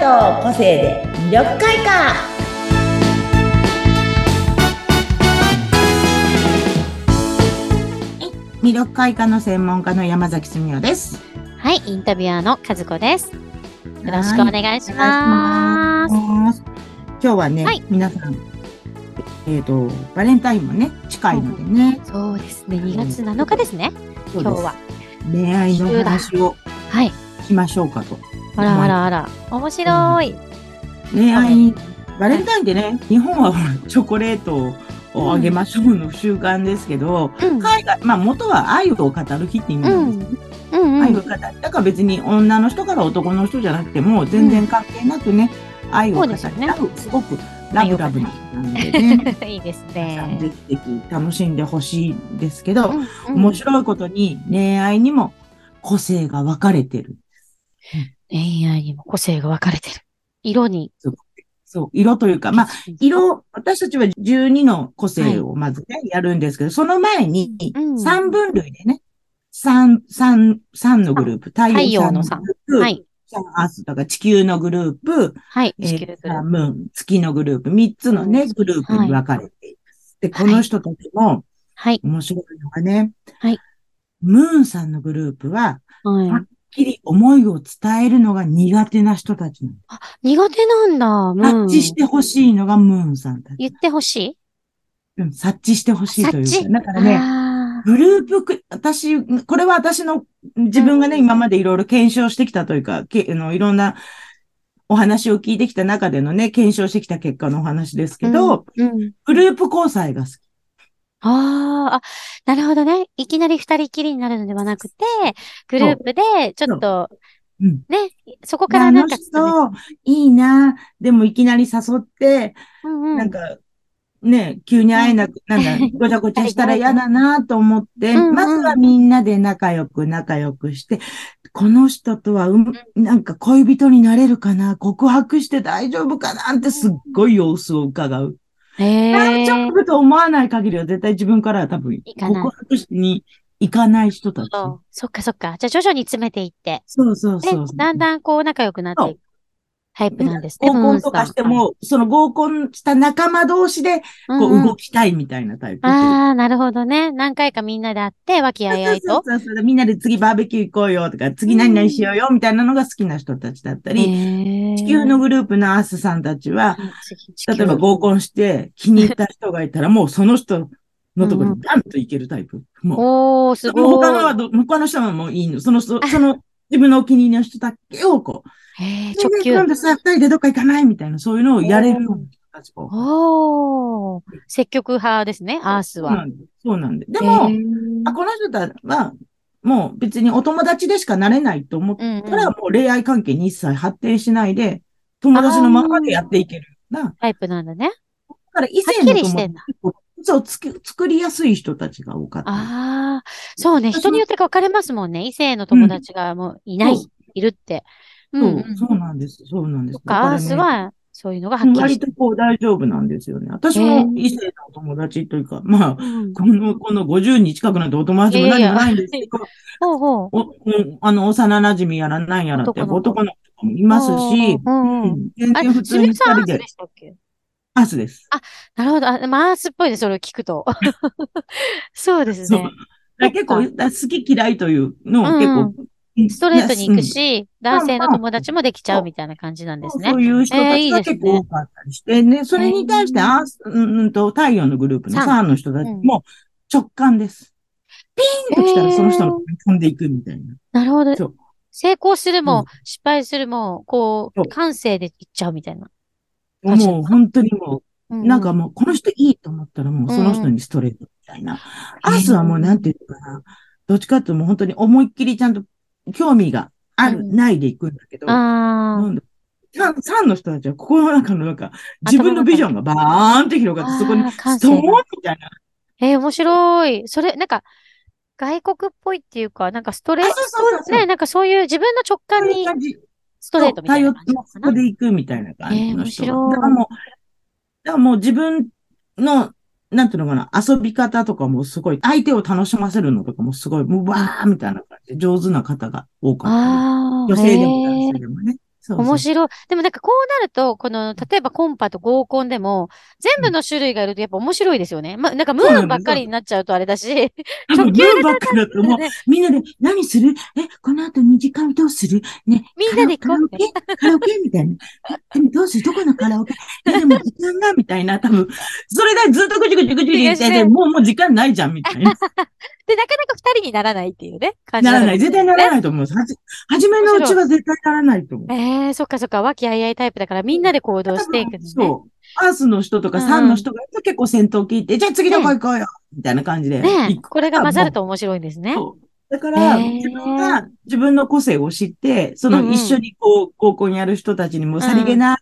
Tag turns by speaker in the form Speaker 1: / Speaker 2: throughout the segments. Speaker 1: の個性で魅力開花魅力開花の専門家の山崎澄代です。
Speaker 2: はい、インタビュアーの和子です。よろしくお願いしま
Speaker 1: は
Speaker 2: す。
Speaker 1: 今日はね、
Speaker 2: はい
Speaker 1: 皆さん、えっ、と、バレンタインもね、近いのでね、
Speaker 2: そうですね、2月7日ですね、
Speaker 1: そう
Speaker 2: 今
Speaker 1: で
Speaker 2: 日
Speaker 1: す
Speaker 2: は。
Speaker 1: 恋愛の話を
Speaker 2: はい。
Speaker 1: しましょうかと。
Speaker 2: あらあらあら、面白い。
Speaker 1: 恋愛、バレンタインでね、日本はほらチョコレートをあげましょうの習慣ですけど、
Speaker 2: うん。
Speaker 1: 海外、まあ元は愛を語る日って意味なんですよね。
Speaker 2: うんう
Speaker 1: 愛を
Speaker 2: ん。
Speaker 1: 語る。だから別に女の人から男の人じゃなくても、全然関係なくね、愛を語
Speaker 2: そうですよ
Speaker 1: り
Speaker 2: ね
Speaker 1: 合う、すごくラブラブな日なのでね、
Speaker 2: いいです
Speaker 1: 皆さん
Speaker 2: ね
Speaker 1: ぜ。ひぜひ楽しんでほしいんですけど、
Speaker 2: うんうん
Speaker 1: 面白いことに恋愛にも個性が分かれてる。
Speaker 2: 恋愛にも個性が分かれてる。色に。
Speaker 1: そう、色というか、まあ、
Speaker 2: を
Speaker 1: 色、私たちは12の個性をまずね、やるんですけど、その前に
Speaker 2: うん
Speaker 1: 3分類でね、三三三のグループ、太
Speaker 2: 太陽
Speaker 1: 陽
Speaker 2: の
Speaker 1: の
Speaker 2: 三
Speaker 1: グループ、
Speaker 2: はい。
Speaker 1: サンアースだから地球のグループ、
Speaker 2: はい。
Speaker 1: え
Speaker 2: 地球
Speaker 1: ー
Speaker 2: グ、ル
Speaker 1: サ
Speaker 2: ー
Speaker 1: ンムーン、月のグループ、3つのね、グループに分かれています。で、この人たちも
Speaker 2: はい。
Speaker 1: 面白いのがね、
Speaker 2: はい
Speaker 1: ムーンさんのグループは、はっ
Speaker 2: はい。
Speaker 1: きり思いを伝えるのが苦手な人たちなの。
Speaker 2: 苦手なんだ。ム
Speaker 1: 察
Speaker 2: ーン
Speaker 1: 知してほしいのがムーンさんたち。
Speaker 2: 言ってほし
Speaker 1: うん、察知してほしいとい
Speaker 2: 察
Speaker 1: う
Speaker 2: 知
Speaker 1: か。だか
Speaker 2: い。
Speaker 1: らね、
Speaker 2: あ
Speaker 1: グループく、私、これは私の、自分がね、
Speaker 2: うん
Speaker 1: 今までいろいろ検証してきたというか、けあのいろんなお話を聞いてきた中でのね、検証してきた結果のお話です
Speaker 2: ー
Speaker 1: けど、、
Speaker 2: うんうん
Speaker 1: グループ交際が好き。
Speaker 2: あーあ、なるほどね。いきなり二人きりになるのではなくて、グループで、ちょっと、
Speaker 1: うん。
Speaker 2: ね、そこ
Speaker 1: で
Speaker 2: から
Speaker 1: あ
Speaker 2: なん
Speaker 1: の
Speaker 2: か、
Speaker 1: 人、いいな、でもいきなり誘って、
Speaker 2: うんうん、
Speaker 1: なんか、ね、急に会えなく、なんだ、 ごちゃごちゃしたら嫌だなと思って、
Speaker 2: うんうん
Speaker 1: まずはみんなで仲良く仲良くして、この人とはうん、なんか恋人になれるかな、告白して大丈夫かなってすっごい様子を伺う。
Speaker 2: へ
Speaker 1: 大
Speaker 2: ー
Speaker 1: 丈夫と思わない限りは絶対自分からは多分
Speaker 2: 行かない
Speaker 1: 告白しに行かない人たち。
Speaker 2: そうそっかそっか。じゃあ徐々に詰めていって、
Speaker 1: そうそう
Speaker 2: で
Speaker 1: そう。
Speaker 2: だんだんこう仲良くなっていくタイプなんですね。
Speaker 1: 合
Speaker 2: ムー
Speaker 1: コンと
Speaker 2: ンさ
Speaker 1: か
Speaker 2: ん
Speaker 1: して、も、その合コンした仲間同士で、
Speaker 2: うん
Speaker 1: こ
Speaker 2: うん
Speaker 1: う動きたいみたいなタイプ。
Speaker 2: ああ、なるほどね。何回かみんなで会って、和気あいあい
Speaker 1: そう
Speaker 2: と。
Speaker 1: そうそう。みんなで次バーベキュー行こうよとか、次何々しようよみたいなのが好きな人たちだったり、地
Speaker 2: 地
Speaker 1: 球の、グループのアースさんたちは、
Speaker 2: はい
Speaker 1: 例えば合コンして気に入った人がいたら、もうその人のとこ
Speaker 2: うんう
Speaker 1: に
Speaker 2: ん
Speaker 1: バンと行けるタイプ。もう。
Speaker 2: おー、す
Speaker 1: もう
Speaker 2: ごい。
Speaker 1: 他のはど、他の人はもういいの。その人、その、自分のお気に入りの人だけをこう、
Speaker 2: へー
Speaker 1: ね
Speaker 2: 直
Speaker 1: ね今
Speaker 2: 球。
Speaker 1: 度さ、二人でどっか行かないみたいな、そういうのをやれるような人たちも。
Speaker 2: おー、積極派ですね、アース
Speaker 1: そう
Speaker 2: は
Speaker 1: な。んで。そうなんで。で
Speaker 2: で
Speaker 1: も、あこの人たちは、もう別にお友達でしかなれないと思っ
Speaker 2: うんうん
Speaker 1: たら、もう恋愛関係に一切発展しないで、友達のままでやっていけるような。だ
Speaker 2: タイプなんだね。
Speaker 1: から以
Speaker 2: はっ
Speaker 1: 前
Speaker 2: き
Speaker 1: の
Speaker 2: り
Speaker 1: 友
Speaker 2: してん
Speaker 1: 達
Speaker 2: だ。
Speaker 1: そうつく作りやすい人たちが多かった。
Speaker 2: ああ、そうね。
Speaker 1: 私も
Speaker 2: 人によって分かれますもんね。異性の友達がもういない、
Speaker 1: そう
Speaker 2: いるって。うん
Speaker 1: そうう、
Speaker 2: ん。
Speaker 1: そうなんです。そうなんです。
Speaker 2: そっか、アース
Speaker 1: だからね
Speaker 2: は、そういうのがはっきりし
Speaker 1: 割
Speaker 2: て
Speaker 1: と
Speaker 2: る。
Speaker 1: こう大丈夫なんですよね。私
Speaker 2: へ
Speaker 1: も
Speaker 2: ー
Speaker 1: 異性のお友達というか、まあ、
Speaker 2: うん
Speaker 1: この、この50人近くなんてお友達も何もないんですけど、
Speaker 2: ほうほう。
Speaker 1: お、おあの、幼馴染やらなんやらって
Speaker 2: 男
Speaker 1: 男の子もいますし、
Speaker 2: うんうん。
Speaker 1: うん全
Speaker 2: あ
Speaker 1: 然普、
Speaker 2: す
Speaker 1: 通
Speaker 2: み
Speaker 1: に
Speaker 2: れ
Speaker 1: 二
Speaker 2: さんア
Speaker 1: 人
Speaker 2: ー
Speaker 1: で
Speaker 2: スで。したっけ
Speaker 1: アースです。
Speaker 2: なるほど。あ、まあ、アースっぽいね、それを聞くと。 そうです
Speaker 1: そう
Speaker 2: ね。。
Speaker 1: だから結構、
Speaker 2: そ
Speaker 1: だ好き嫌いというのを
Speaker 2: うん
Speaker 1: 結構、うん
Speaker 2: ストレートに行く、し、
Speaker 1: ん
Speaker 2: 男性の友達もできちゃうみたいな感じなん
Speaker 1: うん
Speaker 2: です
Speaker 1: そう
Speaker 2: ね。
Speaker 1: そういう人
Speaker 2: えー
Speaker 1: た
Speaker 2: い
Speaker 1: ち
Speaker 2: い
Speaker 1: が
Speaker 2: ですね
Speaker 1: 結構多かったりして、ね、それに対して、
Speaker 2: えー
Speaker 1: アース、うんうんと、太陽のグループの
Speaker 2: サン
Speaker 1: サーの人たちも直感です。ピンと来たらその人の方に飛んでいくみたいな。
Speaker 2: なるほど
Speaker 1: そう。
Speaker 2: 成功する
Speaker 1: う
Speaker 2: も
Speaker 1: ん、
Speaker 2: 失敗するも、こ、
Speaker 1: そうう
Speaker 2: 感性でいっちゃうみたいな。確かに
Speaker 1: もう本当にも
Speaker 2: う
Speaker 1: う、
Speaker 2: う
Speaker 1: なんかもう、この人いいと思ったらもうその人にストレートみたいな。アースはもうなんていうのかな。どっちかっていうともう本当に思いっきりちゃんと興味があ
Speaker 2: う
Speaker 1: る、
Speaker 2: ん
Speaker 1: ないでいくんだけど、
Speaker 2: あ
Speaker 1: なんだサン、サンの人たちは心の中のなんか、自分のビジョンがバーンって広がって、そこに
Speaker 2: あー感
Speaker 1: ス
Speaker 2: 性
Speaker 1: ト
Speaker 2: が
Speaker 1: ーンみたいな。
Speaker 2: あ、えー、面白い。それ、なんか、外国っぽいっていうか、なんかストレー
Speaker 1: あ、そうそう
Speaker 2: ト、ね、なんかそういう自分の直
Speaker 1: そう
Speaker 2: 感
Speaker 1: いう
Speaker 2: に
Speaker 1: 感じ。
Speaker 2: ストレートみたいな感じなの
Speaker 1: そ
Speaker 2: か
Speaker 1: こ
Speaker 2: な。
Speaker 1: で行くみたいな感じの人
Speaker 2: えー
Speaker 1: が。
Speaker 2: 面白い
Speaker 1: だからもう、だからもう自分の、なんていうのかな、遊び方とかもすごい、相手を楽しませるのとかもすごい、もうわーみたいな感じで上手な方が多かったり。
Speaker 2: ああ、
Speaker 1: 女性でも
Speaker 2: へー
Speaker 1: 男性でもね。そうそう
Speaker 2: 面白い。でもなんかこうなると、この、例えばコンパと合コンでも、全部の種類がいるとやっぱ面白いですよね。まあ、なんかム
Speaker 1: そうな
Speaker 2: ー
Speaker 1: の
Speaker 2: ンばっかりになっちゃうとあれだし、
Speaker 1: 多分、
Speaker 2: 直球
Speaker 1: ルーンばっかだともう、みんなで、何するえ、この後2時間どうするね、
Speaker 2: みんなで行
Speaker 1: カ
Speaker 2: こ
Speaker 1: ラ
Speaker 2: う
Speaker 1: オケカラオケみたいな。でもどうするどこのカラオケえ、でも時間がみたいな、多分、それがずっとぐちぐちぐちぐち言ってて、もうもう時間ないじゃん、みたい な。
Speaker 2: で、なかなか二人にならないっていうね、感じ
Speaker 1: ならない。
Speaker 2: んです
Speaker 1: 絶
Speaker 2: よ
Speaker 1: 対
Speaker 2: ね
Speaker 1: ならないと思う。はじ、初めのうちは絶対ならないと思う。
Speaker 2: ええそっかそっか、和気あいあいタイプだからみんなで行動していくのね。
Speaker 1: そう。アースの人とか
Speaker 2: うん
Speaker 1: サンの人がいると結構先頭聞いて、じゃあ次どこ行こうよみたいな感じで
Speaker 2: ねえ、
Speaker 1: 行く。
Speaker 2: これが混ざると面白いんですね。
Speaker 1: そうだから、
Speaker 2: へえ
Speaker 1: 自分が自分の個性を知って、そ
Speaker 2: うんう
Speaker 1: の
Speaker 2: ん
Speaker 1: 一緒にこう、合コンやる人たちにもさりげなく、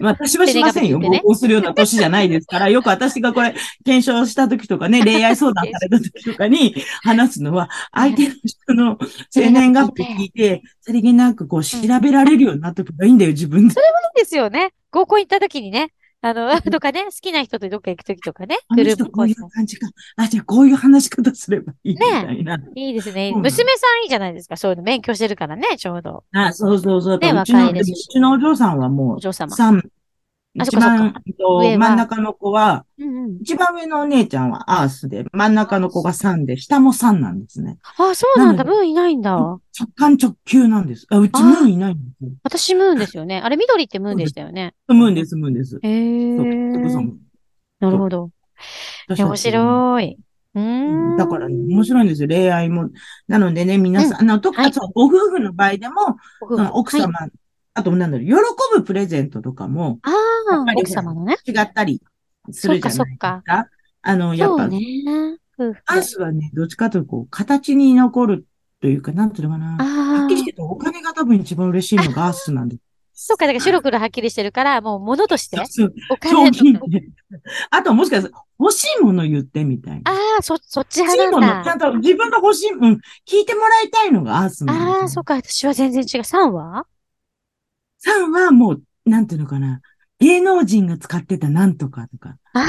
Speaker 1: まあ私はしませ んよ。
Speaker 2: 手に書いてね
Speaker 1: 合コンするような年じゃないですから、よく私がこれ、検証した時とか ね、恋愛相談された時とかに話すのは、相手の人の生年月日聞いて、さりげなくこう調べられるようになっとけばいいんだよ、自分で。
Speaker 2: いいですよね。合コン行った時にね、あの、とかね、好きな人とどっか行く時とかね、
Speaker 1: あ
Speaker 2: グ
Speaker 1: の
Speaker 2: ルー
Speaker 1: 人
Speaker 2: プ
Speaker 1: こう
Speaker 2: 交
Speaker 1: い
Speaker 2: 渉
Speaker 1: う。感じか。あ、じゃあこういう話し方すればいいみたいな。
Speaker 2: いいですね。
Speaker 1: そうなの
Speaker 2: 娘さんいいじゃないですか。そういうの勉強してるからね、ちょうど。
Speaker 1: あ、そうそうそう。
Speaker 2: ね
Speaker 1: うちの、
Speaker 2: 若いです
Speaker 1: でもうちのお嬢さんはも
Speaker 2: お嬢
Speaker 1: う、
Speaker 2: 様。
Speaker 1: 三、
Speaker 2: あそっ
Speaker 1: 一
Speaker 2: かそっか
Speaker 1: 番、えっと
Speaker 2: 上は
Speaker 1: 真ん中の子は、
Speaker 2: うんうん。
Speaker 1: 一番上のお姉ちゃんはアースで、真ん中の子が3で、下も3なんですね。
Speaker 2: あ、そうなんだ。
Speaker 1: な
Speaker 2: ムーンいないんだ。
Speaker 1: 直感直球なんです。あ、うち
Speaker 2: あー
Speaker 1: ムーンいないんですよ。
Speaker 2: 私ムーンですよね。あれ、緑ってムーンでしたよね。
Speaker 1: ムーンです、ムーンです。
Speaker 2: へ
Speaker 1: そうそれこそ
Speaker 2: ー。なるほど。
Speaker 1: 私たち
Speaker 2: 面白い。うーん。
Speaker 1: だからね、面白いんですよ、恋愛も。なのでね、皆さん、あの、と
Speaker 2: はい
Speaker 1: あそうご夫婦の場合でも、
Speaker 2: 僕
Speaker 1: その奥
Speaker 2: はい
Speaker 1: 様、あと、なんだろう、喜ぶプレゼントとかも
Speaker 2: あ
Speaker 1: やっ
Speaker 2: あ
Speaker 1: ぱ、り
Speaker 2: 奥様のね。
Speaker 1: 違ったりするじゃないです
Speaker 2: そ
Speaker 1: か
Speaker 2: っ。か
Speaker 1: あの、やっ
Speaker 2: そう
Speaker 1: ぱ、
Speaker 2: ね。夫婦。
Speaker 1: アースはね、どっちかというと、こう、形に残るというか、なんていうのかな。は
Speaker 2: あ
Speaker 1: っ
Speaker 2: あ
Speaker 1: きり。して言うとお金が多分一番嬉しいのがアースなんです。
Speaker 2: そうか、だから白黒はっきりしてるから、もう物として、
Speaker 1: そう
Speaker 2: お
Speaker 1: 商
Speaker 2: 金と
Speaker 1: 品
Speaker 2: か。
Speaker 1: で。あともしかしたら、欲しいもの言ってみたいな。
Speaker 2: ああ、そ、そっち
Speaker 1: 欲しいも
Speaker 2: 派な
Speaker 1: の、
Speaker 2: ん
Speaker 1: ちゃ
Speaker 2: だ。
Speaker 1: んと自分が欲しい、うん、聞いてもらいたいのがアースなんです。
Speaker 2: ああ、そっか、私は全然違う。3は
Speaker 1: さんはもう、なんていうのかな。芸能人が使ってたなんとかとか。
Speaker 2: ああ、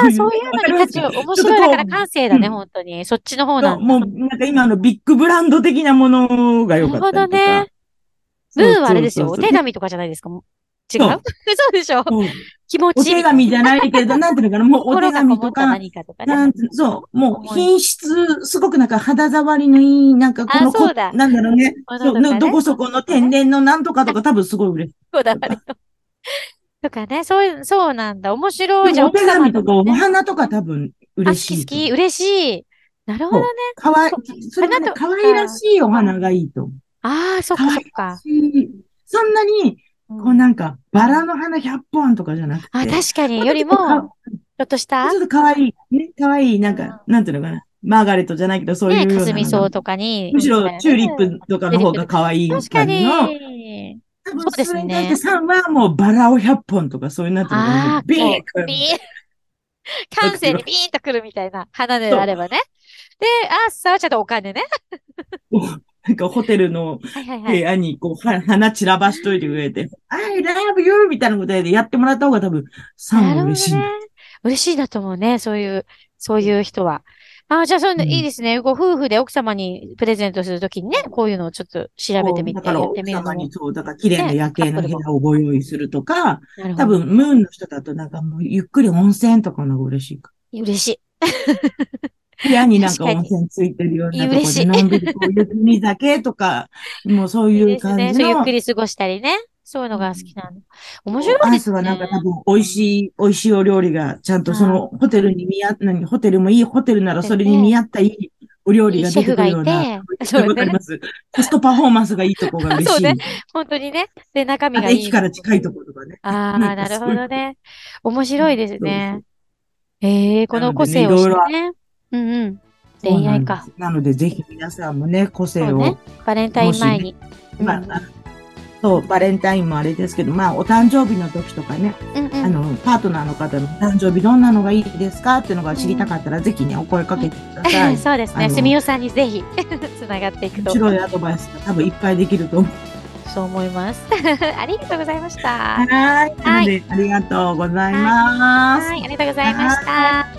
Speaker 1: そういう
Speaker 2: そういうの
Speaker 1: わかり
Speaker 2: に価
Speaker 1: ます
Speaker 2: 値を、面白い。
Speaker 1: ちょ
Speaker 2: だ
Speaker 1: っとこう
Speaker 2: から感性だね、
Speaker 1: うん
Speaker 2: 本当に。そっちの方なんだ。
Speaker 1: もう、なんか今のビッグブランド的なものが良かったりとか。
Speaker 2: なるほどねム
Speaker 1: そう。
Speaker 2: ーはあれですよ。
Speaker 1: そ
Speaker 2: お
Speaker 1: うそう
Speaker 2: 手
Speaker 1: そう
Speaker 2: 紙とかじゃないですか。もう違う
Speaker 1: そう
Speaker 2: そうでしょ
Speaker 1: そう
Speaker 2: 気持
Speaker 1: お
Speaker 2: ちいい
Speaker 1: 手。紙じゃないけど、なんていうのかな、もうお手
Speaker 2: 心がこ
Speaker 1: 紙
Speaker 2: も
Speaker 1: と
Speaker 2: った
Speaker 1: か、
Speaker 2: 何かとか
Speaker 1: な
Speaker 2: ね
Speaker 1: ん。てそう、もう
Speaker 2: 思い
Speaker 1: 品質、すごくなんか肌触りのいい、なんかこ
Speaker 2: あ
Speaker 1: の
Speaker 2: そう
Speaker 1: こ、
Speaker 2: だ
Speaker 1: なんだろうね、
Speaker 2: もの
Speaker 1: そ
Speaker 2: と
Speaker 1: う
Speaker 2: かね
Speaker 1: などこそこの天然のなんとかとか多分すごい嬉し
Speaker 2: こだわりの。 とかね、そういう、そうなんだ。面白い。
Speaker 1: い。
Speaker 2: じ
Speaker 1: で
Speaker 2: ゃ
Speaker 1: もお
Speaker 2: あ、奥
Speaker 1: 手
Speaker 2: 様
Speaker 1: 紙
Speaker 2: の
Speaker 1: と
Speaker 2: ね
Speaker 1: かお花とか多分
Speaker 2: あ、
Speaker 1: 嬉
Speaker 2: 好
Speaker 1: しい。
Speaker 2: き好き、嬉しい。なるほどね。
Speaker 1: かわい
Speaker 2: そ、
Speaker 1: それがね
Speaker 2: 花と、
Speaker 1: 可愛らしいお花がいいと思う。
Speaker 2: ああ、そっか
Speaker 1: 可
Speaker 2: そっ
Speaker 1: 愛ら
Speaker 2: か。
Speaker 1: しい。そんなに、
Speaker 2: うん
Speaker 1: こうなんか、バラの花100本とかじゃなくて。
Speaker 2: あ、確かに、より
Speaker 1: ちょっ
Speaker 2: も、
Speaker 1: と
Speaker 2: ちょっとした
Speaker 1: か、ちょっと可愛い、ね、可愛い、なん
Speaker 2: うん
Speaker 1: か、なんていうのかな、マーガレットじゃないけど、そういうよう
Speaker 2: ね、
Speaker 1: なのが。
Speaker 2: かすみ草とかに。
Speaker 1: むしろチューリップとかの方が可愛い
Speaker 2: 確か
Speaker 1: 感じの。
Speaker 2: に。
Speaker 1: 多
Speaker 2: そう
Speaker 1: 分
Speaker 2: で
Speaker 1: そ
Speaker 2: すね
Speaker 1: れに対して3はもうバラを100本とかそういうなってる
Speaker 2: ああ、
Speaker 1: ビーン
Speaker 2: こ うビーン。感性にビーンとくるみたいな花であればね。で、あーさあ、ちょっとお金ね。
Speaker 1: なんかホテルの
Speaker 2: はいはいは
Speaker 1: 部
Speaker 2: い。
Speaker 1: 屋にこうは花散らばしといてくれて、I love you! みたいなことでやってもらった方が多分3
Speaker 2: なる
Speaker 1: は
Speaker 2: ほど
Speaker 1: 嬉しいん
Speaker 2: ね
Speaker 1: だ。。
Speaker 2: 嬉しいなと思うね。そういう、そういう人は。ああ、じゃあ、そういうの
Speaker 1: うん
Speaker 2: いいですね。ご夫婦で奥様にプレゼントするときにね、こういうのをちょっと調べてみ
Speaker 1: だ
Speaker 2: て、
Speaker 1: から
Speaker 2: やっ
Speaker 1: 奥
Speaker 2: てみるの
Speaker 1: 様に
Speaker 2: も。
Speaker 1: そう、だから綺麗な夜景の部屋をご用意するとか、
Speaker 2: なるほ
Speaker 1: 多
Speaker 2: ど。
Speaker 1: 分ムーンの人だとなんかもうゆっくり温泉とかの方が嬉しいか。
Speaker 2: 嬉しい。
Speaker 1: 部屋になんか
Speaker 2: 確か
Speaker 1: 温
Speaker 2: に
Speaker 1: 泉ついてるようなとこ
Speaker 2: 嬉しい
Speaker 1: で、のんびりこういう国酒とか、もうそう
Speaker 2: いい
Speaker 1: いう
Speaker 2: です
Speaker 1: 感
Speaker 2: ね。
Speaker 1: じ
Speaker 2: そう、ゆっ
Speaker 1: の
Speaker 2: く、り過ごしたりね。そういうのが好きなの。面白
Speaker 1: ア
Speaker 2: いで
Speaker 1: イ
Speaker 2: す
Speaker 1: ス
Speaker 2: ね。
Speaker 1: はなんか多分美味しい、美味しいお料理が、ちゃんとそのホテルに見合った、何ホテルもいいホテルならそれに見合ったいいお料理が出てくるよう
Speaker 2: シェ
Speaker 1: な
Speaker 2: フがいて。そう
Speaker 1: わかり
Speaker 2: ね。
Speaker 1: ます。コストパフォーマンスがいいとこが嬉
Speaker 2: そう
Speaker 1: し い
Speaker 2: ね。本当にね。で、中身
Speaker 1: あ
Speaker 2: が
Speaker 1: と
Speaker 2: いい。
Speaker 1: 駅から近いところとかね。
Speaker 2: ああ、
Speaker 1: なんか
Speaker 2: なる
Speaker 1: そ
Speaker 2: ほ
Speaker 1: ういう
Speaker 2: どね。面白いですね。ええこの
Speaker 1: なのでね
Speaker 2: 個性を
Speaker 1: い
Speaker 2: 知
Speaker 1: ろいろ
Speaker 2: ってね。うんうん。恋愛か。
Speaker 1: そうなんですなのでぜひ皆さんもね、個性
Speaker 2: そ
Speaker 1: を
Speaker 2: うね。バレンタイン前に。うん
Speaker 1: まあ、あそう、バレンタインもあれですけど、まあ、お誕生日の時とかね、
Speaker 2: うんうん。
Speaker 1: あの、パートナーの方のお誕生日どんなのがいいですかっていうのが知りたかったら、ぜひね、お声かけてください。
Speaker 2: そうです
Speaker 1: あ
Speaker 2: ね。
Speaker 1: の
Speaker 2: すみおさんにぜひ、 つながっていく
Speaker 1: 面。
Speaker 2: と
Speaker 1: 白いアドバイスが多分いっぱいできると思う。
Speaker 2: そう思います。 ありがとうございました。
Speaker 1: はい。なので、ありがとうございます。
Speaker 2: はい、ありがとうございました。